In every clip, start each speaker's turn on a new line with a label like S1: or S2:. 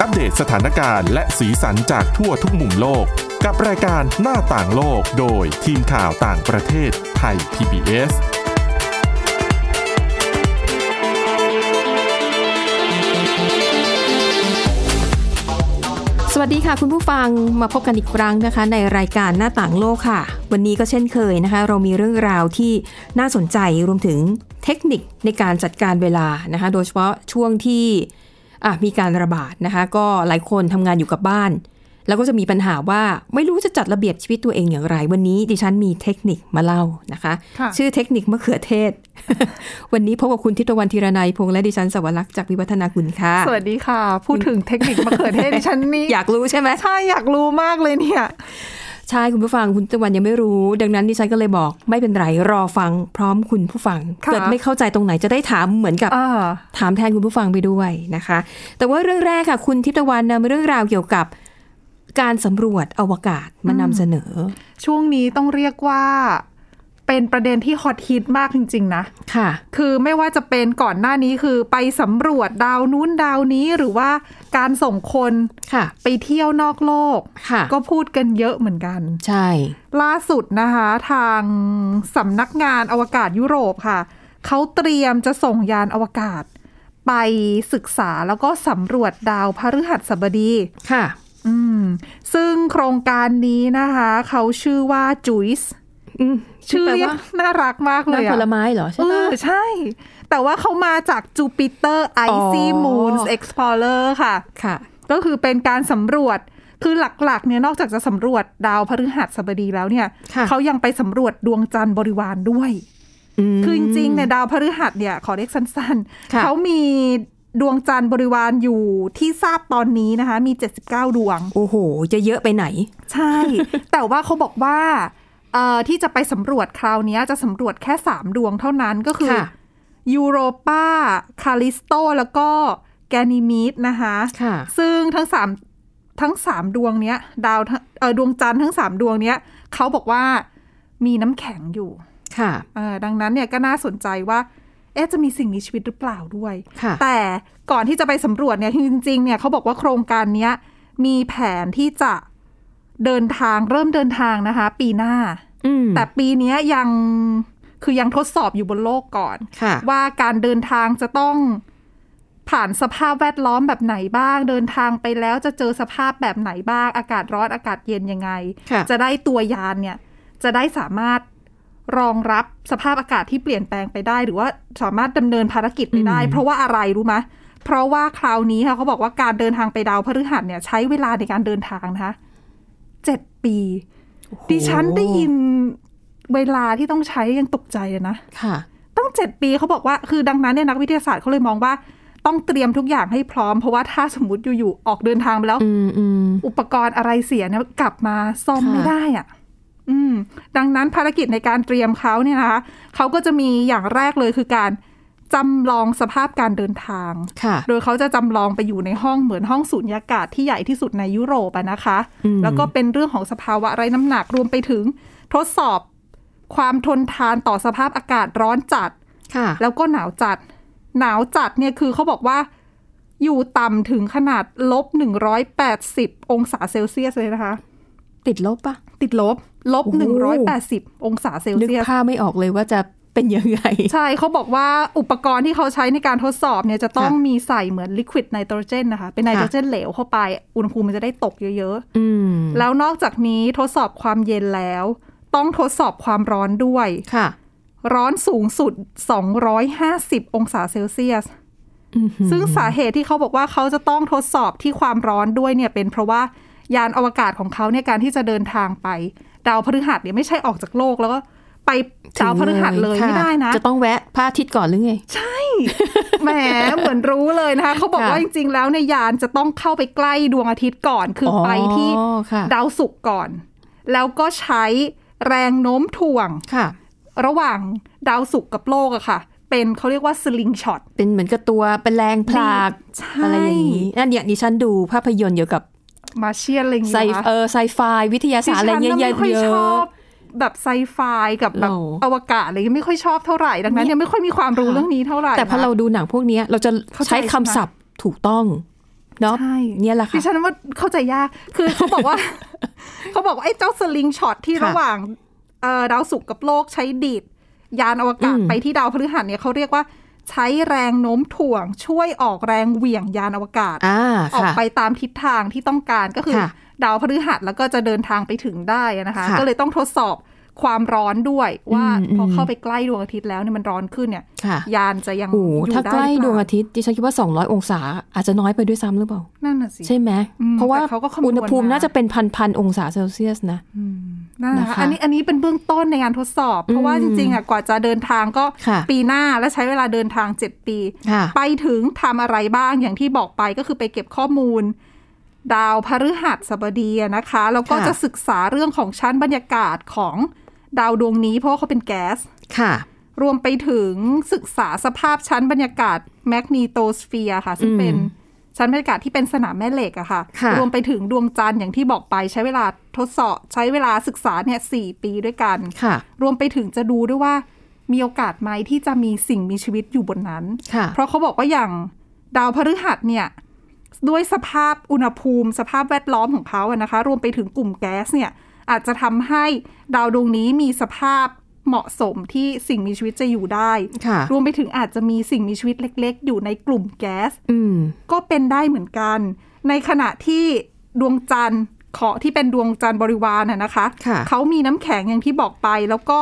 S1: อัปเดตสถานการณ์และสีสันจากทั่วทุกมุมโลก กับรายการหน้าต่างโลกโดยทีมข่าวต่างประเทศไทย PBS
S2: สวัสดีค่ะคุณผู้ฟังมาพบกันอีกครั้งนะคะ ในรายการหน้าต่างโลกค่ะ วันนี้ก็เช่นเคยนะคะ เรามีเรื่องราวที่น่าสนใจรวมถึงเทคนิคในการจัดการเวลานะคะ โดยเฉพาะช่วงที่อ่ะมีการระบาดนะคะ ก็หลายคนทำงานอยู่กับบ้าน แล้วก็จะมีปัญหาว่าไม่รู้จะจัดระเบียบชีวิตตัวเองอย่างไร วันนี้ดิฉันมีเทคนิคมาเล่านะคะ
S3: ค่ะ
S2: ชื่อเทคนิคมะเขือเทศ วันนี้พบกับคุณทิตวันธีรนัยพงษ์และดิฉันสวรักษ์จากวิวัฒนาคุณค่ะ
S3: สวัสดีค่ะ พูดถึงเทคนิคมะเขือเทศ ดิฉันนี่
S2: อยากรู้ใช่ไหม
S3: ใช่อยากรู้มากเลยเนี่ย
S2: ใช่คุณผู้ฟังคุณตะวันยังไม่รู้ ดังนั้นดิฉันก็เลยบอกไม่เป็นไรรอฟังพร้อมคุณผู้ฟัง
S3: ค่ะ
S2: เกิดไม่เข้าใจตรงไหนจะได้ถามเหมือนกับ
S3: อ่า
S2: ถามแทนคุณผู้ฟังไปด้วยนะคะ แต่ว่าเรื่องแรกค่ะ คุณทิพย์ตะวันนำเรื่องราวเกี่ยวกับการสำรวจอวกาศมานำเสนอ
S3: ช่วงนี้ต้องเรียกว่า เป็นประเด็นที่ฮอตฮิตมากจริง ๆ นะ
S2: ค่ะ
S3: คือไม่ว่าจะเป็นก่อนหน้านี้คือไปสำรวจดาวนู้นดาวนี้หรือว่าการส่งคน
S2: ค่ะ
S3: ไปเที่ยวนอกโลก
S2: ค่ะ
S3: ก็พูดกันเยอะเหมือนกัน
S2: ใช่
S3: ล่าสุดนะคะทางสำนักงานอวกาศยุโรปค่ะ เขาเตรียมจะส่งยานอวกาศ ไปศึกษาแล้วก็สำรวจดาวพฤหัสบดี
S2: ค่ะ
S3: อืม ซึ่งโครงการนี้นะคะ เขาชื่อว่าจุยส์
S2: อืม
S3: ชื่อ
S2: แปล
S3: เรียก
S2: ว่า
S3: น่ารักมากเลย
S2: น้ำ
S3: อะ
S2: ผลไม้เหรอใช่
S3: เอ
S2: ไหม
S3: อใช่ แต่ว่าเขามาจาก Jupiter Icy
S2: อ๋อ
S3: Moons Explorer ค่ะ
S2: ค่ะ
S3: ก็คือเป็นการสำรวจ คือหลักๆ เนี่ยนอกจากจะสำรวจดาวพฤหัสบดีแล้วเนี่ย
S2: ค่ะ
S3: เขายังไปสำรวจดวงจันทร์บริวารด้วย
S2: ม
S3: คือจริงๆเนี่ยดาวพฤหัสเนี่ยขอเรียกสั้น
S2: ค่ะ
S3: ๆ เขามีดวงจันทร์บริวารอยู่ที่ทราบตอนนี้นะคะ มี 79 ดวง
S2: โอ้โห จะเยอะไปไหน
S3: ใช่ แต่ว่าเขาบอกว่าเอ่อที่จะไปสำรวจคราวเนี้ยจะสำรวจแค่ 3 ดวงเท่านั้นก็คือ
S2: ค่ะ
S3: ยูโรปาคาลิสโต แล้วก็แกนิมีดนะคะ
S2: ค่ะ
S3: ซึ่งทั้งสามทั้งสามดวงเนี้ย ดาวทั้งเอ่อดวงจันทร์ทั้งสามดวงเนี้ยเขาบอกว่ามีน้ำแข็งอยู่
S2: ค่ะ
S3: เอ่อดังนั้นเนี่ยก็น่าสนใจว่า เอ๊ะจะมีสิ่งมีชีวิตหรือเปล่าด้วย
S2: ค่ะ
S3: แต่ก่อนที่จะไปสำรวจเนี่ยจริงๆเนี่ยเขาบอกว่าโครงการเนี้ยมีแผนที่จะเดินทางเริ่มเดินทางนะคะ ปีหน้า
S2: อืม
S3: แต่ปีเนี้ยยังคือยังทดสอบอยู่บนโลกก่อน
S2: ค่ะ
S3: ว่าการเดินทางจะต้องผ่านสภาพแวดล้อมแบบไหนบ้าง เดินทางไปแล้วจะเจอสภาพแบบไหนบ้าง อากาศร้อนอากาศเย็นยังไง
S2: ค่ะ
S3: จะได้ตัวยานเนี่ย จะได้สามารถรองรับสภาพอากาศที่เปลี่ยนแปลงไปได้ หรือว่าสามารถดำเนินภารกิจไปได้
S2: อืม
S3: เพราะว่าอะไรรู้ไหมเพราะว่าคราวนี้ค่ะเขาบอกว่าการเดินทางไปดาวพฤหัสเนี่ย ใช้เวลาในการเดินทางนะคะเจ็ดปี ดิฉันได้ยินเวลาที่ต้องใช้ยังตกใจเลยนะ
S2: ค่ะ
S3: ตั้งเจ็ดปีเขาบอกว่าคือดังนั้นเนี่ยนักวิทยาศาสตร์เขาเลยมองว่า ต้องเตรียมทุกอย่างให้พร้อม เพราะว่าถ้าสมมติอยู่ๆออกเดินทางไปแล้ว
S2: อืมอืม
S3: อุปกรณ์อะไรเสียเนี่ยกลับมาซ่อม
S2: ค่ะ
S3: ไม่ได้อ่ะ อืม ดังนั้นภารกิจในการเตรียมเขาเนี่ยนะคะเขาก็จะมีอย่างแรกเลยคือการจำลองสภาพการเดินทาง
S2: ค่ะ
S3: โดยเขาจะจำลองไปอยู่ในห้องเหมือนห้องสูญญากาศที่ใหญ่ที่สุดในยุโรปอะนะคะ
S2: อืม
S3: แล้วก็เป็นเรื่องของสภาวะไร้น้ำหนักรวมไปถึง ทดสอบความทนทานต่อสภาพอากาศร้อนจัด
S2: ค่ะ
S3: แล้วก็หนาวจัด หนาวจัดเนี่ยคือเขาบอกว่าอยู่ต่ำถึงขนาดลบ 180 องศาเซลเซียสเลยนะคะ
S2: ติดลบปะ
S3: ติดลบ ลบ
S2: โอ้โ
S3: 180 องศาเซล
S2: นึก
S3: เซียส
S2: ภาพไม่ออกเลยว่าจะเป็นยังไง
S3: ใช่เขาบอกว่าอุปกรณ์ที่เขาใช้ในการทดสอบเนี่ยจะต้อง
S2: ค่ะ
S3: มีใส่เหมือนลิควิดไนโตรเจนนะคะ เป็นไนโตร
S2: ค่ะ
S3: เจนเหลวเข้าไป อุณหภูมิมันจะได้ตกเยอะ ๆ
S2: อืม
S3: แล้วนอกจากนี้ทดสอบความเย็นแล้ว ต้องทดสอบความร้อนด้วย
S2: ค่ะ
S3: ร้อนสูงสุด 250 องศาเซลเซียส
S2: อืม
S3: ซึ่งสาเหตุที่เขาบอกว่าเขาจะต้องทดสอบที่ความร้อนด้วยเนี่ยเป็นเพราะว่ายานอวกาศของเขาเนี่ยการที่จะเดินทางไป ดาวพฤหัสเนี่ยไม่ใช่ออกจากโลกแล้วก็ไปดาวพฤหัสเลย
S2: ค่ะ
S3: ไม่ได้นะ
S2: จะต้องแวะพระอาทิตย์ก่อนหรือไง
S3: แหม เหมือนรู้เลยนะคะ เขาบอก
S2: ค่ะ
S3: ว่าจริง ๆ แล้วเนี่ยยานจะต้องเข้าไปใกล้ดวงอาทิตย์ก่อน คืออไปที่
S2: ค่ะ
S3: ดาวศุกร์ก่อน แล้วก็ใช้แรงโน้มถ่วง
S2: ค่ะ
S3: ระหว่างดาวศุกร์กับโลกอะค่ะ เป็นเขาเรียกว่าสลิงช็อต
S2: เป็นเหมือนกับตัวเป็นแรงผลัก
S3: ใช่
S2: อะไรอย่างนี้นั่นเนี่ยดิฉันดูภาพยนตร์เกี่ยวกับ
S3: มาเชียนอะไรอย่าง
S2: ไซ
S3: เงี้ยนะคะ
S2: เออไซไฟวิทยาศาสตร์อะไรเยอะ
S3: ดิฉันน่ไม่ค่
S2: ๆเย
S3: ช
S2: อะ
S3: อบแบบไซไฟกับแบบ
S2: เรา
S3: อวกาศอะไรเงี้ยไม่ค่อยชอบเท่าไหร่ดังนั้นยังไม่ค่อยมีความรู้เรื่องนี้เท่าไหร่
S2: แต่พอ
S3: นะ
S2: เราดูหนังพวกเนี้ยเราจะ
S3: เข้าใจ
S2: ใช้
S3: ใช่ไหม
S2: คำศัพท์ถูกต้อง เนาะ
S3: ใช่
S2: เนี่ยแหละ
S3: ดิ
S2: ค่ะ
S3: ฉันว่าเข้าใจยาก คือเขาบอก ว่า เขาบอกว่าไอ้เจ้าสลิงช็อตที่
S2: ค่ะ
S3: ระหว่างเอ่อดาวศุกร์กับโลกใช้ดีดยานอวกาศ
S2: อืม
S3: ไปที่ดาวพฤหัสเนี่ยเขาเรียกว่าใช้แรงโน้มถ่วง ช่วยออกแรงเหวี่ยงยานอวกาศ
S2: อ่า
S3: ออก
S2: ค่ะ
S3: ไปตามทิศทางที่ต้องการก็คือ
S2: ค่ะ
S3: ดาวพฤหัสแล้วก็จะเดินทางไปถึงได้นะคะ
S2: ค่ะ
S3: ก็เลยต้องทดสอบความร้อนด้วยว่า
S2: อืม
S3: พออ
S2: ม
S3: เข้าไปใกล้ดวงอาทิตย์แล้วเนี่ยมันร้อนขึ้นเนี่ย
S2: ค่ะ
S3: ยานจะยัง
S2: โอ้โห
S3: อยู่
S2: ถ้า
S3: ได้
S2: ใกล้
S3: หรื
S2: ดว
S3: อ
S2: ง
S3: เป
S2: อาทิตย์ดิฉันคิดว่า 200 องศา อาจจะน้อยไปด้วยซ้ำหรือเปล่า
S3: นั่นน่ะสิ
S2: ใช่ไหม
S3: อืม
S2: เพราะว่า
S3: แต่เขาก็คำนวณ
S2: อุณหภูมิ
S3: มา
S2: น่าจะเป็นพันพันๆองศาเซลเซียสนะ
S3: นั่นแหละ
S2: นะคะ
S3: อันนี้อันนี้เป็นเบื้องต้นในการทดสอบ เพราะว่า
S2: อืม
S3: จริงๆอ่ะกว่าจะเดินทางก็
S2: ค่ะ
S3: ปีหน้าและใช้เวลาเดินทาง 7 ปี
S2: ค่ะ
S3: ไปถึงทำอะไรบ้างอย่างที่บอกไปก็คือไปเก็บข้อมูล ดาวพฤหัสบดีอะนะคะ แล้วก็
S2: ค่ะ
S3: จะศึกษาเรื่องของชั้นบรรยากาศของดาวดวงนี้ เพราะว่าเขาเป็นแก๊ส
S2: ค่ะ
S3: รวมไปถึงศึกษาสภาพชั้นบรรยากาศแมกนีโตสเฟียร์ค่ะ ซึ่ง
S2: อืม
S3: เป็นชั้นบรรยากาศที่เป็นสนามแม่เหล็กอะค่ะ
S2: ค่ะ
S3: รวมไปถึงดวงจันทร์อย่างที่บอกไปใช้เวลาทดสอบ ใช้เวลาศึกษาเนี่ยสี่ปีด้วยกัน
S2: ค่ะ
S3: รวมไปถึงจะดูด้วยว่ามีโอกาสไหมที่จะมีสิ่งมีชีวิตอยู่บนนั้น
S2: ค่ะ
S3: เพราะเขาบอกว่าอย่างดาวพฤหัสเนี่ยด้วยสภาพอุณหภูมิ สภาพแวดล้อมของเขาอะนะคะ รวมไปถึงกลุ่มแก๊สเนี่ยอาจจะทำให้ดาวดวงนี้มีสภาพเหมาะสมที่สิ่งมีชีวิตจะอยู่ได้
S2: ค่ะ
S3: รวมไปถึงอาจจะมีสิ่งมีชีวิตเล็ก ๆ อยู่ในกลุ่มแก๊ส
S2: อืม
S3: ก็เป็นได้เหมือนกัน ในขณะที่ดวงจันทร์เคราะห์ที่เป็นดวงจันทร์บริวารน่ะนะคะ
S2: ค่ะ
S3: เขามีน้ำแข็งอย่างที่บอกไป แล้วก็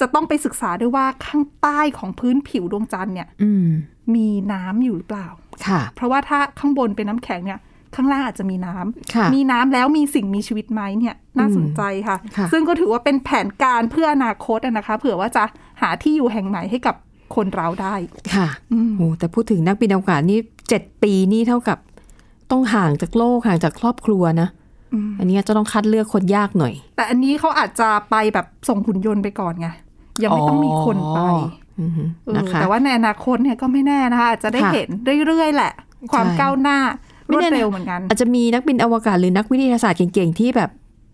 S3: จะต้องไปศึกษาด้วยว่าข้างใต้ของพื้นผิวดวงจันทร์เนี่ย
S2: อืม
S3: มีน้ำอยู่หรือเปล่า
S2: ค่ะ
S3: เพราะว่าถ้าข้างบนเป็นน้ำแข็งเนี่ย ข้างล่างอาจจะมีน้ำ
S2: ค่ะ
S3: มีน้ำแล้วมีสิ่งมีชีวิตไหมเนี่ยน่าสนใจค่ะ
S2: ค่ะ
S3: ซึ่งก็ถือว่าเป็นแผนการเพื่ออนาคตอะนะคะ เผื่อว่าจะหาที่อยู่แห่งใหม่ให้กับคนเราได้
S2: ค่ะ
S3: อืม
S2: โอ้แต่พูดถึงนักบินอวกาศนี่เจ็ดปีนี่เท่ากับ ต้องห่างจากโลกห่างจากครอบครัวนะ อันนี้จะต้องคัดเลือกคนยากหน่อย
S3: แต่อันนี้เขาอาจจะไปแบบส่งหุ่นยนต์ไปก่อนไงยังไม่ต้องมีคนไป
S2: อ๋ออืม
S3: เออ
S2: นะคะ
S3: แต่ว่าในอนาคตเนี่ยก็ไม่แน่นะคะอาจจะได้
S2: ค่ะ
S3: เห็นเรื่อยๆแหละ ความ
S2: ใช่
S3: ก้าวหน้ารวดเร็วเหมือนกัน
S2: อาจจะมีนักบินอวกาศหรือนักวิทยาศาสตร์เก่งๆ ที่แบบ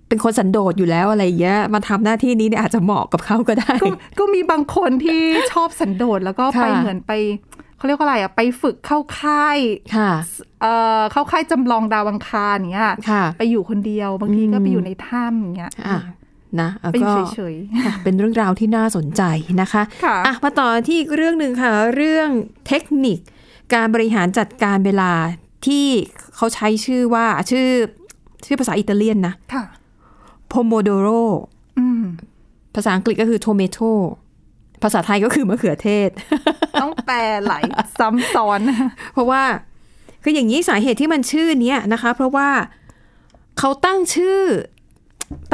S2: เป็นคนสันโดษอยู่แล้วอะไรอย่างเงี้ยมาทำหน้าที่นี้เนี่ยอาจจะเหมาะกับเขาก็ได้
S3: ก็ก็มีบางคนที่ชอบสันโดษแล้วก็ไป
S2: ค่ะ
S3: เหมือนไปเขาเรียกว่าอะไรอ่ะไปฝึกเข้าค่าย
S2: ค่ะ
S3: เอ่อเข้าค่ายจำลองดาวอังคารอย่างเงี้ย
S2: ค่ะ
S3: ไปอยู่คนเดียวบางทีก็
S2: อืม
S3: ไปอยู่ในถ้ำอย่างเงี้ย
S2: อ่ะนะเอา
S3: ไปอ
S2: ก็
S3: ยู่เฉย
S2: ค่ะเป็นเรื่องราวที่น่าสนใจนะคะ
S3: ค่ะ
S2: อ่ะมาต่อที่อีกเรื่องหนึ่งค่ะ เรื่องเทคนิค การบริหารจัดการเวลาที่เขาใช้ชื่อว่าชื่อชื่อภาษาอิตาเลียนนะ
S3: ๆค่ะ
S2: p o m o d o r o
S3: อืม
S2: ภาษาอังกฤษก็คือ tomato ภาษาไทยก็คือมะเขือเทศ
S3: ต้องแปลหลายซ้ำซ้อน
S2: เพราะว่าคืออย่างนี้สาเหตุที่มันชื่อเนี้ยนะคะ เพราะว่าเขาตั้งชื่อ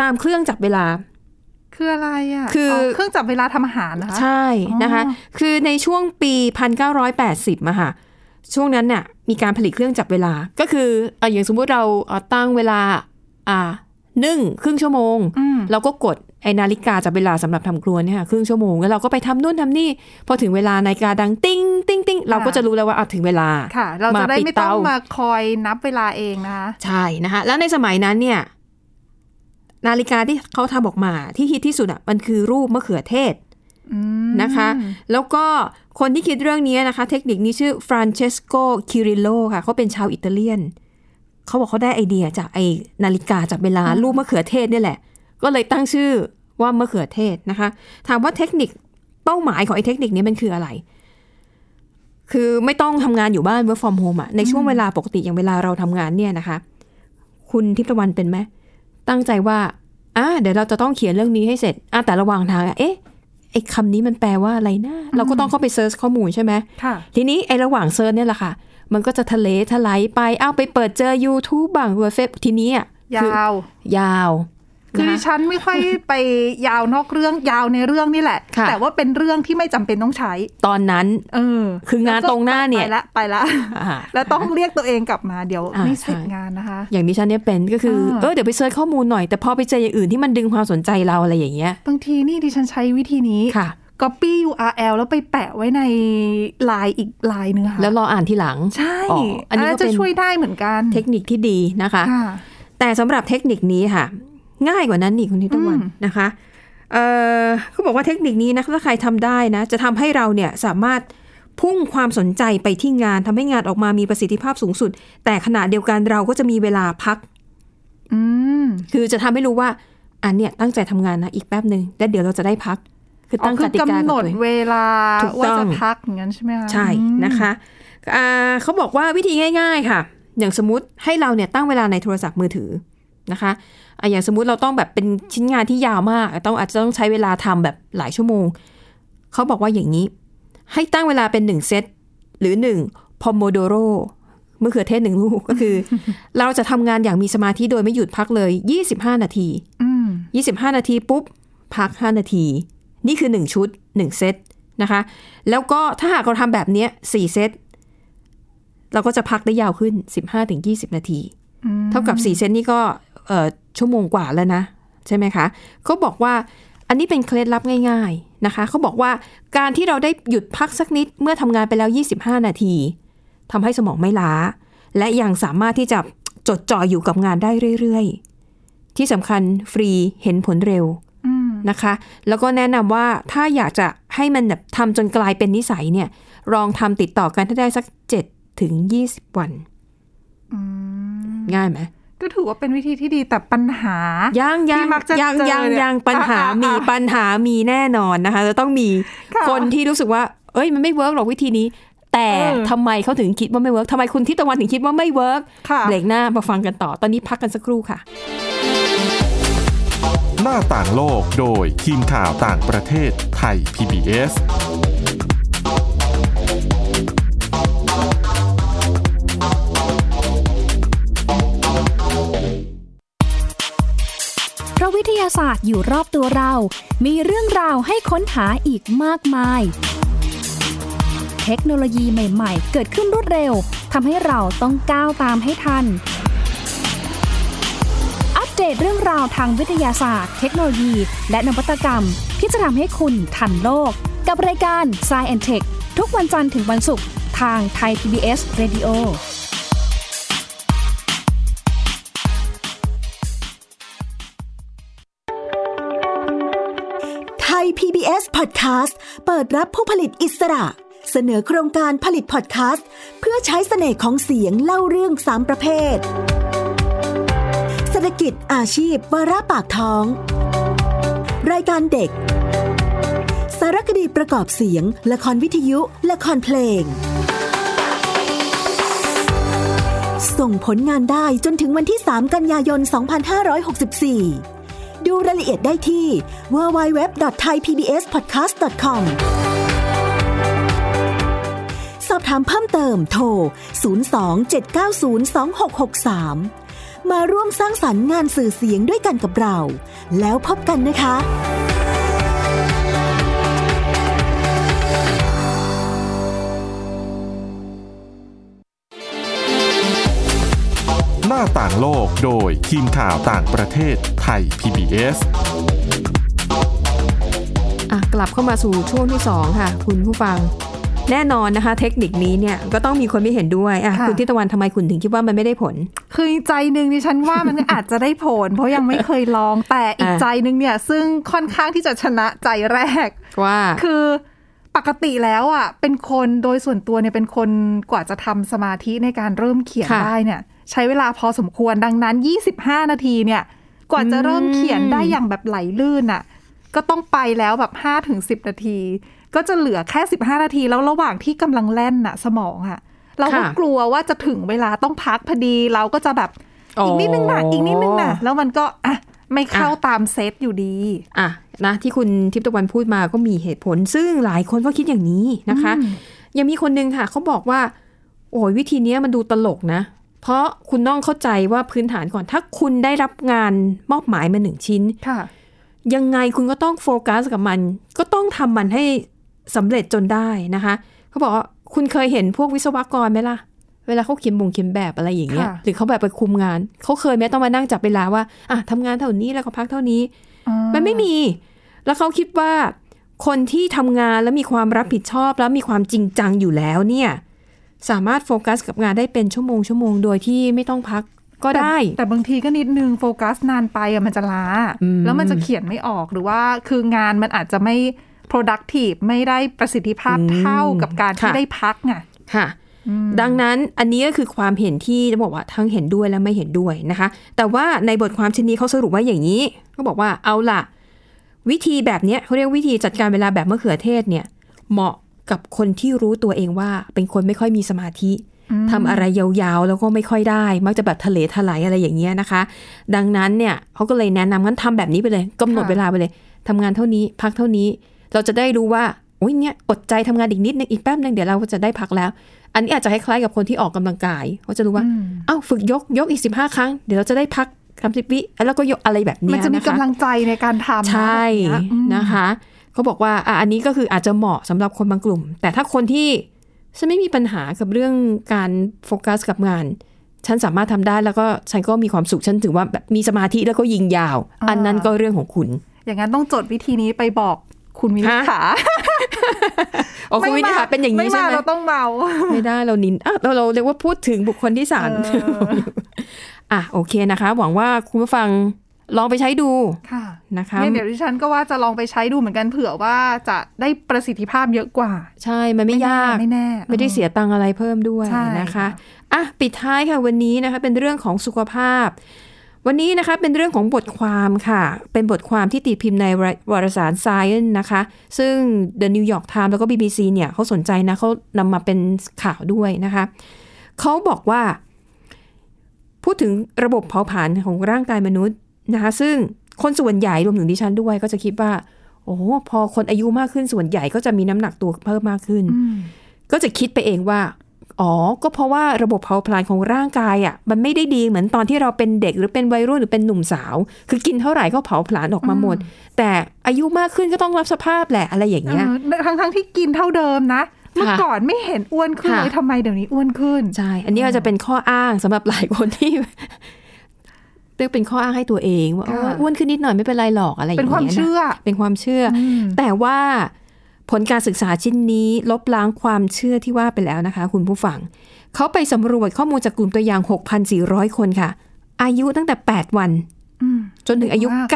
S2: ตามเครื่องจับเวลา
S3: คืออะไรอ่ะ
S2: คืออ๋
S3: เครื่องจับเวลาทำอาหารนะคะ
S2: ใช่นะคะ
S3: อ๋อ
S2: คือในช่วงปี 1980อะค่ะ ช่วงนั้นน่ะมีการผลิตเครื่องจับเวลา ก็คืออ่ะอย่างสมมุติเราอ่ะตั้งเวลาอ่าหนึ่งครึ่งชั่วโมง
S3: อืม
S2: เราก็กดไอ้นาฬิกาจับเวลาสำหรับทำครัวเนี่ยค่ะครึ่งชั่วโมงแล้วเราก็ไปทำนู่นทำนี่ พอถึงเวลานาฬิกาดังติ้งติ้งติ้งเราก็จะรู้แล้วว่าอ่ะถึงเวลา
S3: ค่ะ เราจะได้
S2: ปิ
S3: ไม่ต้อง
S2: เ
S3: มาคอยนับเวลาเองนะคะ
S2: ใช่นะคะแล้วในสมัยนั้นเนี่ย นาฬิกาที่เขาทำออกมาที่ฮิตที่สุดอ่ะมันคือรูปมะเขือเทศ
S3: อืม
S2: นะคะ แล้วก็คนที่คิดเรื่องนี้นะคะ เทคนิคนี้ชื่อฟรานเชสโกคิริโลค่ะเขาเป็นชาวอิตาเลียน เขาบอกเขาได้ไอเดียจากไอนาฬิกาจับเวลารูปมะเขือเทศเนี่ยแหละ ก็เลยตั้งชื่อว่ามะเขือเทศนะคะ ถามว่าเทคนิคเป้าหมายของไอเทคนิคนี้มันคืออะไร คือไม่ต้องทำงานอยู่บ้าน work from home อะในช่วงเวลาปกติอย่างเวลาเราทำงานเนี่ยนะคะ คุณทิพย์ตะวันเป็นไหมตั้งใจว่าอ่ะเดี๋ยวเราจะต้องเขียนเรื่องนี้ให้เสร็จอ่ะแต่ระหว่างทางอะเอ๊ะไอ้คำนี้มันแปลว่าอะไรนะเราก็ต้องเข้าไปเซิร์ชข้อมูลใช่ไหม
S3: ค่ะ
S2: ทีนี้ไอ้ระหว่างเซิร์ชเนี่ยแหละค่ะ มันก็จะทะเลทลายไป เอาไปเปิดเจอ YouTube บ้างเว็บเฟซทีนี้อ่ะ
S3: ย
S2: คือ
S3: าว
S2: ยาว
S3: คื
S2: นะ
S3: อดิ
S2: คะ
S3: ฉันไม่ค่อยไปยาวนอกเรื่องยาวในเรื่องนี่แหละ
S2: ค่ะ
S3: แต่ว่าเป็นเรื่องที่ไม่จำเป็นต้องใช้
S2: ตอนนั้น
S3: เออ
S2: คืองานตรงหน้าเนี่ย
S3: ไปละไปละ
S2: อ่า
S3: แล้วต้องเรียกตัวเองกลับมาเดี๋ยว
S2: อ่า
S3: ไม่เสร็จ
S2: ใช่
S3: งานนะคะ
S2: อย่างนี้ฉันเนี่ยเป็นก็คือ
S3: เออ
S2: เออเดี๋ยวไปเซิร์ชข้อมูลหน่อย แต่พอไปเจออย่างอื่นที่มันดึงความสนใจเราอะไรอย่างเงี้ย
S3: บางทีนี่ดิฉันใช้วิธีนี้
S2: ค่ะ
S3: copy URL แล้วไปแปะไว้ในไลน์อีกไลน์นึงค่ะ
S2: แล้วรออ่านทีหลัง
S3: ใช่
S2: อ๋ออันนี้ก็
S3: จะ
S2: เป็น
S3: ช่วยได้เหมือนกัน
S2: เทคนิคที่ดีนะคะ
S3: ค่ะ
S2: แต่สำหรับเทคนิคนี้ค่ะ ง่ายกว่านั้นอีกคุณทิพย์ตะวัน
S3: อืม
S2: นะคะเออเขาบอกว่าเทคนิคนี้นะถ้าใครทำได้นะ จะทำให้เราเนี่ยสามารถ พุ่งความสนใจไปที่งานทำให้งานออกมามีประสิทธิภาพสูงสุด แต่ขณะเดียวกันเราก็จะมีเวลาพัก
S3: อืม
S2: คือจะทำให้รู้ว่าอันเนี้ยตั้งใจทำงานนะอีกแป๊บหนึ่งแล้วเดี๋ยวเราจะได้พัก คือตั้ง
S3: อ๋อคื
S2: ก
S3: อ
S2: ติกากับ
S3: กำหน
S2: ตัว
S3: ด
S2: เอง
S3: เวลา
S2: ถูก
S3: ว่า
S2: ต้
S3: จะ
S2: อง
S3: พักอย่างนั้นใช่ไหมคะ
S2: ใช่
S3: อืม
S2: นะคะอ่าเขาบอกว่าวิธีง่ายๆค่ะ อย่างสมมติให้เราเนี่ยตั้งเวลาในโทรศัพท์มือถือนะคะอ่ะอย่างสมมติเราต้องแบบเป็นชิ้นงานที่ยาวมากต้องอาจจะต้องใช้เวลาทำแบบหลายชั่วโมง เขาบอกว่าอย่างนี้ ให้ตั้งเวลาเป็นหนึ่งเซตหรือหนึ่งพอมโดโรมะเขือเทศหนึ่งลูกก็คือ เราจะทำงานอย่างมีสมาธิโดยไม่หยุดพักเลย 25 นาที
S3: อืม
S2: 25 นาทีปุ๊บ พัก 5 นาที นี่คือ 1 ชุด 1 เซตนะคะ แล้วก็ถ้าหากเราทำแบบเนี้ย4เซตเราก็จะพักได้ยาวขึ้น 15-20 นาที
S3: อืม
S2: เท่ากับ 4 เซตนี่ก็เอ่อชั่วโมงกว่าแล้วนะ ใช่ไหมคะเขาบอกว่าอันนี้เป็นเคล็ดลับง่ายๆนะคะเขาบอกว่าการที่เราได้หยุดพักสักนิดเมื่อทำงานไปแล้ว 25 นาทีทำให้สมองไม่ล้า และยังสามารถที่จะจดจ่ออยู่กับงานได้เรื่อยๆ ที่สำคัญฟรีเห็นผลเร็ว
S3: อืม
S2: นะคะแล้วก็แนะนำว่าถ้าอยากจะให้มันแบบทำจนกลายเป็นนิสัยเนี่ยลองทำติดต่อกันถ้าได้สัก 7 ถึง 20 วัน
S3: อืม
S2: ง่ายไหม
S3: ก็ถือว่าเป็นวิธีที่ดีแต่ปัญหา
S2: ยัง
S3: ที่
S2: ยัง
S3: มักจะ
S2: ยัง
S3: เจอ
S2: ยัง
S3: เนี่ย
S2: ยังปัญหา
S3: อ่ะอ่ะ
S2: มี
S3: อ่ะ
S2: ปัญหามีแน่นอนนะคะจะต้องมี
S3: ค่ะ
S2: คนที่รู้สึกว่า เอ้ยมันไม่เวิร์กหรอกวิธีนี้ แต่
S3: เออ
S2: ทำไมเขาถึงคิดว่าไม่เวิร์กทำไมคุณทิตตะวันถึงคิดว่าไม่เวิร์ก
S3: ค่ะ
S2: เบรกหน้ามาฟังกันต่อ ตอนนี้พักกันสักครู่ค่ะ
S1: หน้าต่างโลกโดยทีมข่าวต่างประเทศไทย PBS
S4: เพราะวิทยาศาสตร์อยู่รอบตัวเรา มีเรื่องราวให้ค้นหาอีกมากมาย เทคโนโลยีใหม่ ๆ เกิดขึ้นรวดเร็ว ทำให้เราต้องก้าวตามให้ทัน อัปเดตเรื่องราวทางวิทยาศาสตร์ เทคโนโลยี และนวัตกรรม ที่จะทำให้คุณทันโลก กับรายการ s c i e n t e c h ทุกวันจันทร์ถึงวันศุกร์ทางไทย PBS Radio
S5: ไทย PBS Podcast เปิดรับผู้ผลิตอิสระ เสนอโครงการผลิตพอดแคสต์เพื่อใช้เสน่ห์ของเสียงเล่าเรื่อง 3 ประเภท เศรษฐกิจอาชีพวาระปากท้อง รายการเด็ก สารคดีประกอบเสียง ละครวิทยุ ละครเพลง ส่งผลงานได้จนถึงวันที่ 3 กันยายน 2564 ดูรายละเอียดได้ที่ www.thaipbspodcast.com สอบถามเพิ่มเติมโทร 027902663 มาร่วมสร้างสรรค์งานสื่อเสียงด้วยกันกับเรา แล้วพบกันนะคะ
S1: หน้าต่างโลกโดยทีมข่าวต่างประเทศไทย PBS
S2: อ่ะกลับเข้ามาสู่ช่วงที่ 2 ค่ะ คุณผู้ฟัง แน่นอนนะคะ เทคนิคนี้เนี่ยก็ต้องมีคนไม่เห็นด้วยอ่ะ
S3: ค่ะ
S2: คุณทิตตะวันทำไมคุณถึงคิดว่ามันไม่ได้ผล
S3: คือใจหนึ่งดิฉันว่ามัน อาจจะได้ผล เพราะยังไม่เคยลองแต่อีก
S2: อ่ะ
S3: ใจหนึ่งเนี่ย ซึ่งค่อนข้างที่จะชนะใจแรก
S2: ว่า
S3: คือปกติแล้วอ่ะเป็นคนโดยส่วนตัวเนี่ยเป็นคนกว่าจะทำสมาธิในการเริ่มเขียน
S2: ค่ะ
S3: ได้เนี่ย ใช้เวลาพอสมควรดังนั้น 25 นาทีเนี่ย กว่าจะเริ่มเขียนได้อย่างแบบไหลลื่นอ่ะ ก็ต้องไปแล้วแบบ5ถึง10 นาที ก็จะเหลือแค่ 15 นาทีแล้วระหว่างที่กำลังแล่นน่ะ สมองอ่ะ เราก็
S2: ค่ะ
S3: กลัวว่าจะถึงเวลาต้องพักพอดีเราก็จะแบบอีกนิดนึงนะอีกนิดนึงนะแล้วมันก็อ่ะไม่เข้าตามเซตอยู่ดี
S2: อ่ะนะที่คุณทิพย์ตะวันพูดมาก็มีเหตุผล ซึ่งหลายคนก็คิดอย่างนี้นะคะ ยังมีคนนึงค่ะเขาบอกว่า โอ้ยวิธีเนี้ยมันดูตลกนะ เพราะคุณต้องเข้าใจว่าพื้นฐานก่อนถ้าคุณได้รับงานมอบหมายมาหนึ่งชิ้น
S3: ค่ะ
S2: ยังไงคุณก็ต้องโฟกัสกับมัน ก็ต้องทำมันให้สำเร็จจนได้นะคะ เขาบอกว่าคุณเคยเห็นพวกวิศวกรไหมล่ะ เวลาเขาเขียนบงเขียนแบบอะไรอย่างเงี้ย
S3: ค่ะ
S2: หรือเขาแบบไปคุมงาน เขาเคยไหมต้องมานั่งจับเวลาว่าอ่ะทำงานเท่านี้แล้วก็พักเท่านี้ มันไม่มี แล้วเขาคิดว่า คนที่ทำงานแล้วมีความรับผิดชอบแล้วมีความจริงจังอยู่แล้วเนี่ย สามารถโฟกัสกับงานได้เป็นชั่วโมงชั่วโมงๆโดยที่ไม่ต้องพักก็
S3: แต่
S2: ได้
S3: แต่บางทีก็นิดนึงโฟกัสนานไปอะมันจะล้า
S2: อืม
S3: แล้วมันจะเขียนไม่ออกหรือว่าคืองานมันอาจจะไม่ productive ไม่ได้ประสิทธิภาพเท่ากับการที่
S2: ค่ะ
S3: ได้พักอ่ะ
S2: ค่ะ
S3: อืม
S2: ดังนั้นอันนี้ก็คือความเห็นที่จะบอกว่าทั้งเห็นด้วยและไม่เห็นด้วยนะคะ แต่ว่าในบทความชิ้นนี้เขาสรุปว่าอย่างนี้เขาบอกว่าเอาล่ะ วิธีแบบเนี้ยเขาเรียกวิธีจัดการเวลาแบบมะเขือเทศเนี่ยเหมาะกับคนที่รู้ตัวเองว่าเป็นคนไม่ค่อยมีสมาธิทำอะไรยาวๆ แล้วก็ไม่ค่อยได้ มักจะแบบทะเลทลายอะไรอย่างเงี้ยนะคะ ดังนั้นเนี่ยเขาก็เลยแนะนำงั้นทำแบบนี้ไปเลยกำหนด
S3: ค่ะ
S2: เวลาไปเลยทำงานเท่านี้พักเท่านี้ เราจะได้รู้ว่าโอ้ยเนี่ยอดใจทำงานอีกนิดนึงอีกแป๊บนึงเดี๋ยวเราก็จะได้พักแล้ว อันนี้อาจจะคล้ายๆกับคนที่ออกกำลังกายเขาจะรู้ว่าเอ้าฝึกยกยกอีกสิบห้าครั้งเดี๋ยวเราจะได้พักสามสิบวิแล้วก็ยกอะไรแบบเนี้ย
S3: มันจะมี
S2: ค
S3: กำลังใจในการทำนะ
S2: ใช่
S3: แบบเยอืม
S2: นะคะเขาบอกว่าอ่ะอันนี้ก็คืออาจจะเหมาะสำหรับคนบางกลุ่ม แต่ถ้าคนที่ฉันไม่มีปัญหากับเรื่องการโฟกัสกับงาน ฉันสามารถทำได้แล้วก็ฉันก็มีความสุขฉันถือว่าแบบมีสมาธิแล้วก็ยิงยาว อันนั้นก็เรื่องของคุณ
S3: อย่างนั้นต้องจดวิธีนี้ไปบอกคุณวินิษฐา
S2: โอ้คุณวินิษฐาเป็นอย่างนี้ใช่ไหม
S3: เราต้องเมา
S2: ไม่ได้เรานินอ่ะเราเราเรียกว่าพูดถึงบุคคลที่สาม
S3: เออ
S2: อ่ะโอเคนะคะ หวังว่าคุณผู้ฟังลองไปใช้ดู
S3: ค่ะ
S2: นะคะ
S3: เนี่ยเดี๋ยวดิฉันก็ว่าจะลองไปใช้ดูเหมือนกันเผื่อว่าจะได้ประสิทธิภาพเยอะกว่า
S2: ใช่มันไม่ยาก
S3: ไม่แน่
S2: ไม่ได้เสียตังค์อะไรเพิ่มด้วย
S3: ใช่
S2: นะคะ
S3: ค่ะ
S2: อ่ะ ปิดท้ายค่ะวันนี้นะคะ เป็นเรื่องของสุขภาพ วันนี้นะคะเป็นเรื่องของบทความค่ะ เป็นบทความที่ติดพิมพ์ในวารสาร Science นะคะ ซึ่ง The New York Times แล้วก็ BBC เนี่ยเขาสนใจนะเขานำมาเป็นข่าวด้วยนะคะ เขาบอกว่า พูดถึงระบบเผาผลาญของร่างกายมนุษย์นะคะ ซึ่งคนส่วนใหญ่รวมถึงดิฉันด้วยก็จะคิดว่า โอ้โหพอคนอายุมากขึ้นส่วนใหญ่ก็จะมีน้ำหนักตัวเพิ่มมากขึ้น
S3: อืม
S2: ก็จะคิดไปเองว่า อ๋อ ก็เพราะว่าระบบเผาผลาญของร่างกายอะ่ะ มันไม่ได้ดีเหมือนตอนที่เราเป็นเด็กหรือเป็นวัยรุ่นหรือเป็นหนุ่มสาว คือกินเท่าไหร่ก็เผาผลาญออกมาหมด แต่อายุมากขึ้นก็ต้องรับสภาพแหละอะไรอย่างเงี้ย
S3: ทั้งทั้งๆที่กินเท่าเดิมนะ เมื่อก่อนไม่เห็นอ้วนขึ้น
S2: ค่ะ
S3: เลยทำไมเดี๋ยวนี้อ้วนขึ้น
S2: ใช่ อันนี้อาจจะเป็นข้ออ้างสำหรับหลายคนที่ เรียกเป็นข้ออ้างให้ตัวเองว่าเอ
S3: ค่ะ
S2: ออ้วนขึ้นนิดหน่อยไม่เป็นไรหรอกอะไรอย่าง
S3: เป็น
S2: เงี้ย
S3: ความ
S2: นะ
S3: เชื่อ
S2: เป็นความเชื่ออ
S3: ม
S2: แต่ว่าผลการศึกษาชิ้นนี้ลบล้างความเชื่อที่ว่าไปแล้วนะคะ คุณผู้ฟัง เขาไปสำรวจข้อมูลจากกลุ่มตัวอย่าง 6,400 คนค่ะ อายุตั้งแต่ 8 วัน
S3: อืม
S2: จนถึงอายุ
S3: มา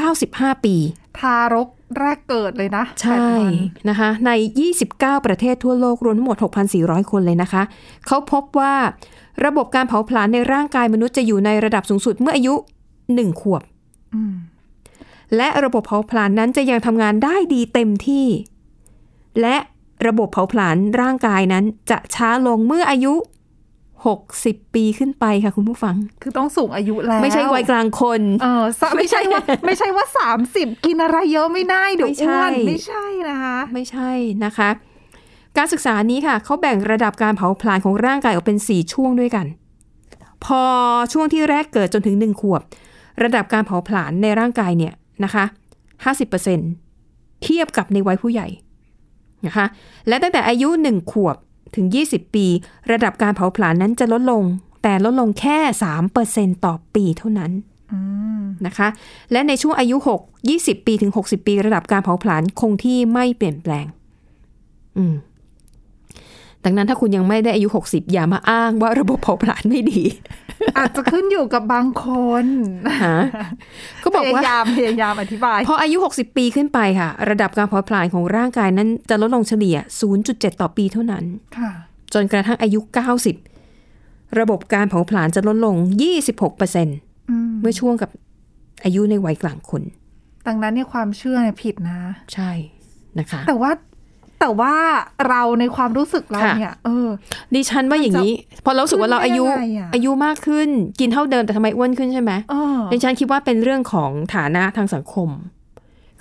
S3: ก
S2: 95 ปี
S3: ทารกแรกเกิดเลยนะ
S2: ใช่
S3: แปดวัน
S2: นะคะ ใน 29 ประเทศทั่วโลกรวมทั้งหมด 6,400 คนเลยนะคะ เขาพบว่าระบบการเผาผลาญในร่างกายมนุษย์จะอยู่ในระดับสูงสุดเมื่ออายุ 1 ขวบ
S3: อืม
S2: และระบบเผาผลาญนั้นจะยังทำงานได้ดีเต็มที่ และระบบเผาผลาญร่างกายนั้นจะช้าลงเมื่ออายุ 60 ปีขึ้นไปค่ะคุณผู้ฟัง
S3: คือต้องสูงอายุแล้ว
S2: ไม่ใช่วัยกลางคน
S3: เออสะ
S2: ไม่
S3: ไม่
S2: ใช่
S3: ใช่ว่าไม่ใช่ว่าสามสิบกินอะไรเยอะไม่ได้เดี๋ยว
S2: ไม่ใช่
S3: อ้วนไม่ใช่นะคะ
S2: ไม่ใช่นะคะ การศึกษานี้ค่ะ เขาแบ่งระดับการเผาผลาญของร่างกายออกเป็น 4 ช่วงด้วยกัน พอช่วงที่แรกเกิดจนถึง 1 ขวบ ระดับการเผาผลาญในร่างกายเนี่ยนะคะ50%เทียบกับในวัยผู้ใหญ่นะคะ และตั้งแต่อายุ 1 ขวบถึง 20 ปี ระดับการเผาผลาญนั้นจะลดลง แต่ลดลงแค่ 3%ต่อปีเท่านั้น
S3: อืม
S2: นะคะและในช่วงอายุ 6 20 ปีถึง 60 ปี ระดับการเผาผลาญคงที่ไม่เปลี่ยนแปลง อืม ดังนั้นถ้าคุณยังไม่ได้อายุ 60 อย่ามาอ้างว่าระบบเผาผลาญไม่ดี
S3: อาจจะขึ้นอยู่กับบางคน
S2: ฮะก็บ
S3: พ
S2: อก
S3: ยา
S2: ว่าย
S3: ามพยายามอธิบาย
S2: พออายุ 60 ปีขึ้นไปค่ะ ระดับการเผาผลาญของร่างกายนั้นจะลดลงเฉลี่ย 0.7 ต่อปีเท่านั้น
S3: ค่ะ
S2: จนกระทั่งอายุ 90 ระบบการเผาผลาญจะลดลง 26%
S3: อืม
S2: เมื่อช่วงกับอายุในวัยกลางคน
S3: ดังนั้นเนี่ยความเชื่อเนี่ยผิดนะ
S2: ใช่นะคะ
S3: แต่ว่าแต่ว่าเราในความรู้สึกเรา
S2: ค่ะ
S3: เนี่ย เออ
S2: ดิฉันว่าอย่างนี้ พอเรารู้สึกว่าเราอายุ
S3: ขึ้นได้ยังไงอะ
S2: อายุมากขึ้น กินเท่าเดิมแต่ทำไมอ้วนขึ้นใช่ไหม
S3: เออ
S2: ดิฉันคิดว่าเป็นเรื่องของฐานะทางสังคม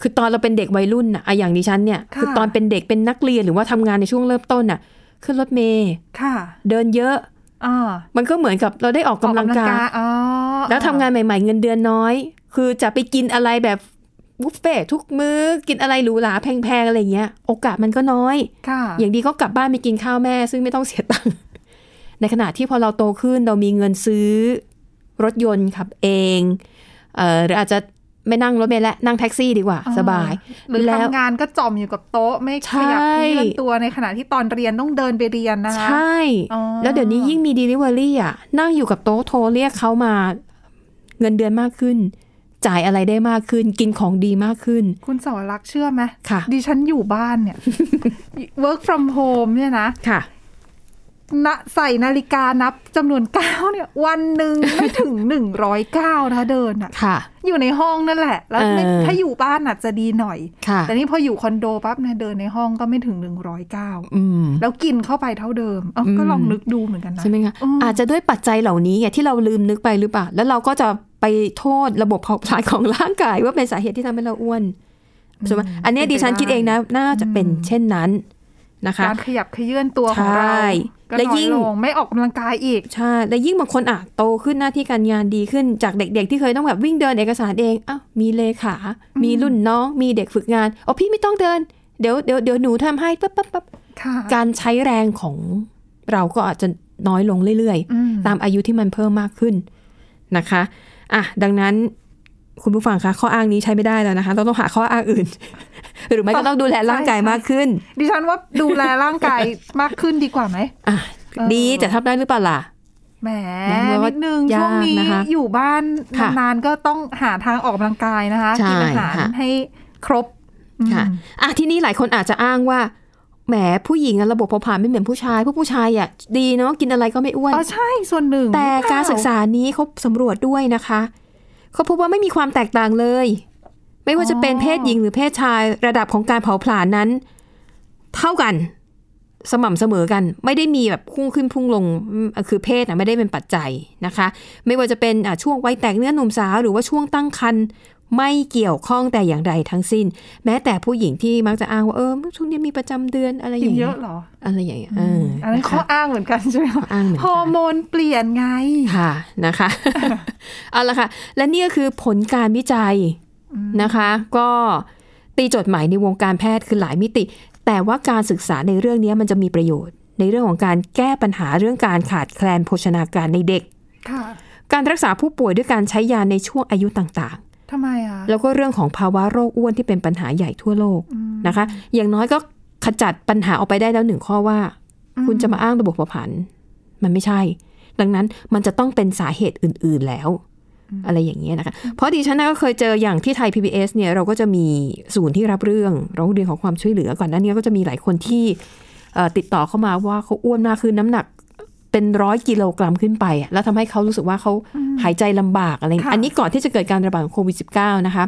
S2: คือตอนเราเป็นเด็กวัยรุ่นน่ะอะอย่างดิฉันเนี่ย
S3: ค่ะ
S2: อตอนเป็นเด็กเป็นนักเรียนหรือว่าทำงานในช่วงเริ่มต้นน่ะขึ้นรถเมย์
S3: ค่ะ
S2: เดินเยอะ
S3: อ่า
S2: มันก็เหมือนกับเราได้ออกกำลังกาย
S3: อ๋อ
S2: แล้วทำงานใหม่ ๆ เงินเดือนน้อย คือจะไปกินอะไรแบบบุฟเฟ่ต์ทุกมื้อกินอะไรหรูหราแพงๆอะไรอย่างเงี้ย โอกาสมันก็น้อย
S3: ค่ะ
S2: อย่างดีก็กลับบ้านไปกินข้าวแม่ ซึ่งไม่ต้องเสียตังค์ ในขณะที่พอเราโตขึ้นเรามีเงินซื้อรถยนต์ขับเองเออหรืออาจจะไม่นั่งรถเมล์และนั่งแท็กซี่ดีกว่า
S3: อ่
S2: สบาย
S3: หรือ
S2: แล้ว
S3: ทำงานก็จอมอยู่กับโต๊ะไม่ขยับ
S2: ใช่
S3: เคลื่อนตัวในขณะที่ตอนเรียนต้องเดินไปเรียนนะคะ
S2: ใช่
S3: อ๋อ
S2: แล้วเดี๋ยวนี้ยิ่งมี Delivery อ่ะ นั่งอยู่กับโต๊ะโทรเรียกเขามาเงินเดือนมากขึ้น จ่ายอะไรได้มากขึ้น กินของดีมากขึ้น
S3: คุณสวรักษ์เชื่อไหม
S2: ค่ะ
S3: ดิฉันอยู่บ้านเนี่ย work from home เนี่ยนะ
S2: ค่ะ
S3: ณใส่นาฬิกานับจำนวนก้าวเนี่ย วันหนึ่งไม่ ถึงหนึ่งร้อยก้าวนะคะเดินอะ
S2: ค่ะ
S3: อยู่ในห้องนั่นแหละ แล้วไม่
S2: เออ
S3: ถ้าอยู่บ้านอาจจะดีหน่อย
S2: ค่ะ
S3: แต่นี่พออยู่คอนโดปั๊บเนี่ยเดินในห้องก็ไม่ถึงหนึ่งร้อยก้าว
S2: อืม
S3: แล้วกินเข้าไปเท่าเดิมเอา
S2: อืม
S3: ก็ลองนึกดูเหมือนกันนะ
S2: ใช่ไหมคะ
S3: อืม
S2: อาจจะด้วยปัจจัยเหล่านี้ไงที่เราลืมนึกไปหรือเปล่า แล้วเราก็จะไปโทษระบบเผาผลาญของร่างกายว่าเป็นสาเหตุที่ทำให้เราอ้วนใช่ไหมอันเนี้ยดิฉันคิดเองนะ น่าจะเป็นเช่นนั้นนะคะ
S3: การขยับขยื่นตัวของเรา
S2: ใช่
S3: ก็
S2: และ
S3: น้อ
S2: ยิ่
S3: ย
S2: ง
S3: ลงไม่ออกกำลังกายอีก
S2: ใช่และยิ่งบางคนอ่ะโตขึ้นหน้าที่การงานดีขึ้นจากเด็ก ๆ ที่เคยต้องแบบวิ่งเดินเอกสารเองอ้าวมีเลขา มีรุ่นน้อง มีเด็กฝึกงานอ๋อพี่ไม่ต้องเดิน เดี๋ยวเดี๋ยวเดี๋ยวหนูทำให้ปั๊บปั๊บปั๊บ
S3: ค่ะ
S2: การใช้แรงของเราก็อาจจะน้อยลงเรื่อยๆ
S3: อืม
S2: ตามอายุที่มันเพิ่มมากขึ้นนะคะอ่ะดังนั้นคุณผู้ฟังคะข้ออ้างนี้ใช้ไม่ได้แล้วนะคะ เราต้องหาข้ออ้างอื่น หรือไม่ก็ต้องดูแลร่างกาย
S3: ใช่
S2: มากขึ้น
S3: ดิฉันว่าดูแลร่างกายมากขึ้นดีกว่าไหม
S2: อ่ะ
S3: เออ
S2: ดีแต่ทำได้หรือเปล่าล่ะ
S3: แหม
S2: นะแล้วก็
S3: นิดนึง
S2: ยาก
S3: ช่วงนี้
S2: นะคะ
S3: อยู่บ้าน
S2: ค่ะ
S3: นานๆก็ต้องหาทางออกกำลังกายนะคะ
S2: ใช่
S3: กินอาหาร
S2: ค่ะ
S3: ให้ครบอืม
S2: ค่ะอ่ะทีนี้หลายคนอาจจะอ้างว่าแหมผู้หญิงอะระบบเผาผลาญไม่เหมือนผู้ชายพวกผู้ชายอ่ะดีเนาะกินอะไรก็ไม่อ้วน
S3: อ๋อใช่ส่วนหนึ่ง
S2: แต่
S3: หอเปล่
S2: การศึกษานี้เขาสำรวจด้วยนะคะเขาพบว่าไม่มีความแตกต่างเลย ไม่ว่าจะเป็นเพศหญิงหรือเพศชายระดับของการเผาผลาญนั้น เท่ากันสม่ำเสมอกัน ไม่ได้มีแบบพุ่งขึ้นพุ่งลงอืมคือเพศนะไม่ได้เป็นปัจจัยนะคะ ไม่ว่าจะเป็นอ่ะช่วงวัยแตกเนื้อหนุ่มสาวหรือว่าช่วงตั้งครรภ์ไม่เกี่ยวข้องแต่อย่างใดทั้งสิ้น แม้แต่ผู้หญิงที่มักจะอ้างว่าเออช่วงนี้มีประจำเดือนอะไรอ
S3: กิน
S2: ย่าง
S3: เย
S2: เงี้
S3: อะ
S2: ย
S3: เหรอ
S2: อะไรอย่างเงี้ย
S3: อ
S2: เออ
S3: อันนั้น
S2: นะคะ
S3: ข้ออ้างเหมือนกันใช่ไหม
S2: ข้ออ้างเหมือนกัน
S3: ฮอร์โมนเปลี่ยนไง
S2: ค่ะนะคะ เอาละค่ะ และนี่ก็คือผลการวิจัยนะคะ ก็ตีโจทย์ใหม่ในวงการแพทย์คือหลายมิติ แต่ว่าการศึกษาในเรื่องนี้มันจะมีประโยชน์ ในเรื่องของการแก้ปัญหาเรื่องการขาดแคลนโภชนาการในเด็ก
S3: ค่ะ
S2: การรักษาผู้ป่วยด้วยการใช้ยาในช่วงอายุต่าง
S3: ทำไมอ่ะ
S2: ๆ แล้วก็เรื่องของภาวะโรคอ้วนที่เป็นปัญหาใหญ่ทั่วโลกนะคะ อย่างน้อยก็ขจัดปัญหาออกไปได้แล้วหนึ่งข้อว่า คุณจะมาอ้างระบบเผาผลาญมันไม่ใช่ ดังนั้นมันจะต้องเป็นสาเหตุอื่น ๆแล้ว อะไรอย่างเงี้ยนะคะ เพราะดิฉันน่ะก็เคยเจออย่างที่ไทย PBS เนี่ยเราก็จะมีศูนย์ที่รับเรื่องร้องเรียนขอความช่วยเหลือก่อนหน้านี้ก็จะมีหลายคนที่เอ่อติดต่อเข้ามาว่าเขาอ้วนมากคือน้ำหนักเป็นร้อยกิโลกรัมขึ้นไปอะแล้วทำให้เขารู้สึกว่าเขาหายใจลำบากอะไรอย่างเงี้ยอันนี้ก่อนที่จะเกิดการระบาดของโควิด -19 นะคะ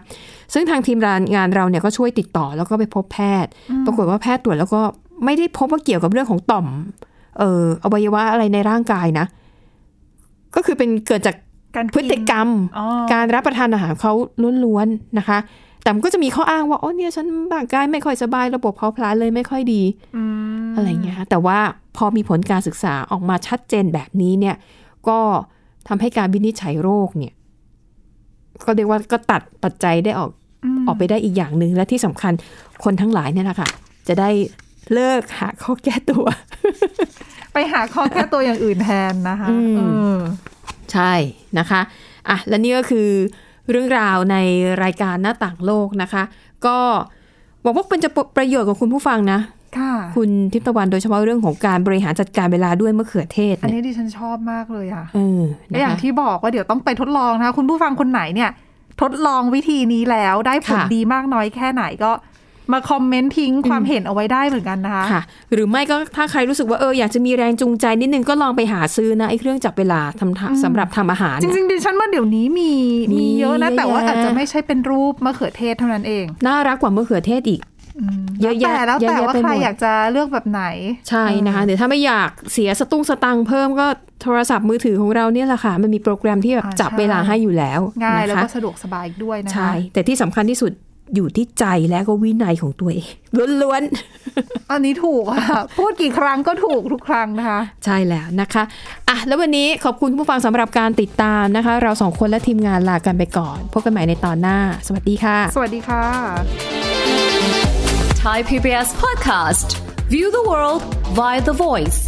S2: ซึ่งทางทีมงานเราเนี่ยก็ช่วยติดต่อแล้วก็ไปพบแพทย์ ปรากฏว่าแพทย์ตรวจแล้วก็ไม่ได้พบว่าเกี่ยวกับเรื่องของต่อม เอ่ออวัยวะอะไรในร่างกายนะ ก็คือเป็นเกิดจาก
S3: การ
S2: พฤติกรรม
S3: อ๋อ
S2: การรับประทานอาหารเขาล้วนๆนะคะ แต่มันก็จะมีข้ออ้างว่าโอ้เนี่ยฉันร่างกายไม่ค่อยสบายระบบเผาผลาญเลยไม่ค่อยดี
S3: อืม
S2: อะไรเงี้ยค่ะแต่ว่าพอมีผลการศึกษาออกมาชัดเจนแบบนี้เนี่ย ก็ทำให้การวินิจฉัยโรคเนี่ย ก็เรียกว่าก็ตัดปัจจัยได้ออก
S3: ม
S2: ออกไปได้อีกอย่างหนึ่งและที่สำคัญคนทั้งหลายเนี่ยแหละค่ะ จะได้เลิกหาข้อแก้ตัว
S3: ไปหาข้อแก้ตัวอย่างอื่นแทนนะคะ
S2: อืม
S3: เออ
S2: ใช่นะคะอ่ะและนี่ก็คือเรื่องราวในรายการหน้าต่างโลกนะคะ ก็หวังว่าเป็นจะประโยชน์กับคุณผู้ฟังนะ
S3: ค่ะ
S2: คุณทิพย์ตะวันโดยเฉพาะเรื่องของการบริหารจัดการเวลาด้วยมะเขือเทศ
S3: อัน
S2: เนี่ย
S3: นี้ดิฉันชอบมากเลยอ่ะ
S2: เออ
S3: และ
S2: นะ
S3: อย่าง
S2: คะ
S3: ที่บอกว่าเดี๋ยวต้องไปทดลองนะคะ คุณผู้ฟังคนไหนเนี่ย ทดลองวิธีนี้แล้วได้ผล
S2: ค่ะ
S3: ดีมากน้อยแค่ไหนก็มาคอมเมนต์ทิ้งความ
S2: อืม
S3: เห็นเอาไว้ได้เหมือนกันนะคะ
S2: ค่ะ หรือไม่ก็ถ้าใครรู้สึกว่าเอออยากจะมีแรงจูงใจนิดนึงก็ลองไปหาซื้อนะไอ้เครื่องจับเวลาทำทำสำหรับทำอาหาร
S3: จ
S2: เนี่ย
S3: ริงๆดิฉันว่าเดี๋ยวนี้มี
S2: มี
S3: มีเยอะนะ
S2: เยอะ
S3: แต่ว่า
S2: แยะ
S3: อาจจะไม่ใช่เป็นรูปมะเขือเทศเท่านั้นเอง
S2: น่ารักกว่ามะเขือเทศอีก เยอะแยะ
S3: แต่แล้วแต่
S2: เยอะแยะ
S3: ว่า
S2: ไปหมด
S3: ใครอยากจะเลือกแบบไหน
S2: ใช่นะคะหรือถ้าไม่อยากเสียสตุ้งสตังค์เพิ่มก็โทรศัพท์มือถือของเราเนี่ยแหละค่ะ มันมีโปรแกรมที่แบบ
S3: อ่า
S2: จับ
S3: ใช่
S2: เวลาให้อยู่แล้ว
S3: ง่าย
S2: นะคะ
S3: แล้วก็สะดวกสบายอีกด้วยนะคะ
S2: ใช่ แต่ที่สำคัญที่สุดอยู่ที่ใจและก็วินัยของ ตัวเองล้วน
S3: อันนี้ถูกอะพูดกี่ครั้งก็ถูกทุกครั้งนะคะ
S2: ๆ ใช่แล้วนะคะอ่ะแล้ววันนี้ขอบคุณผู้ฟังสำหรับการติดตามนะคะ เราสองคนและทีมงานลากันไปก่อน พบกันใหม่ในตอนหน้า สวัสดีค่ะ
S3: สวัสดีค่ะ
S6: Thai PBS podcast. View the world via the voice.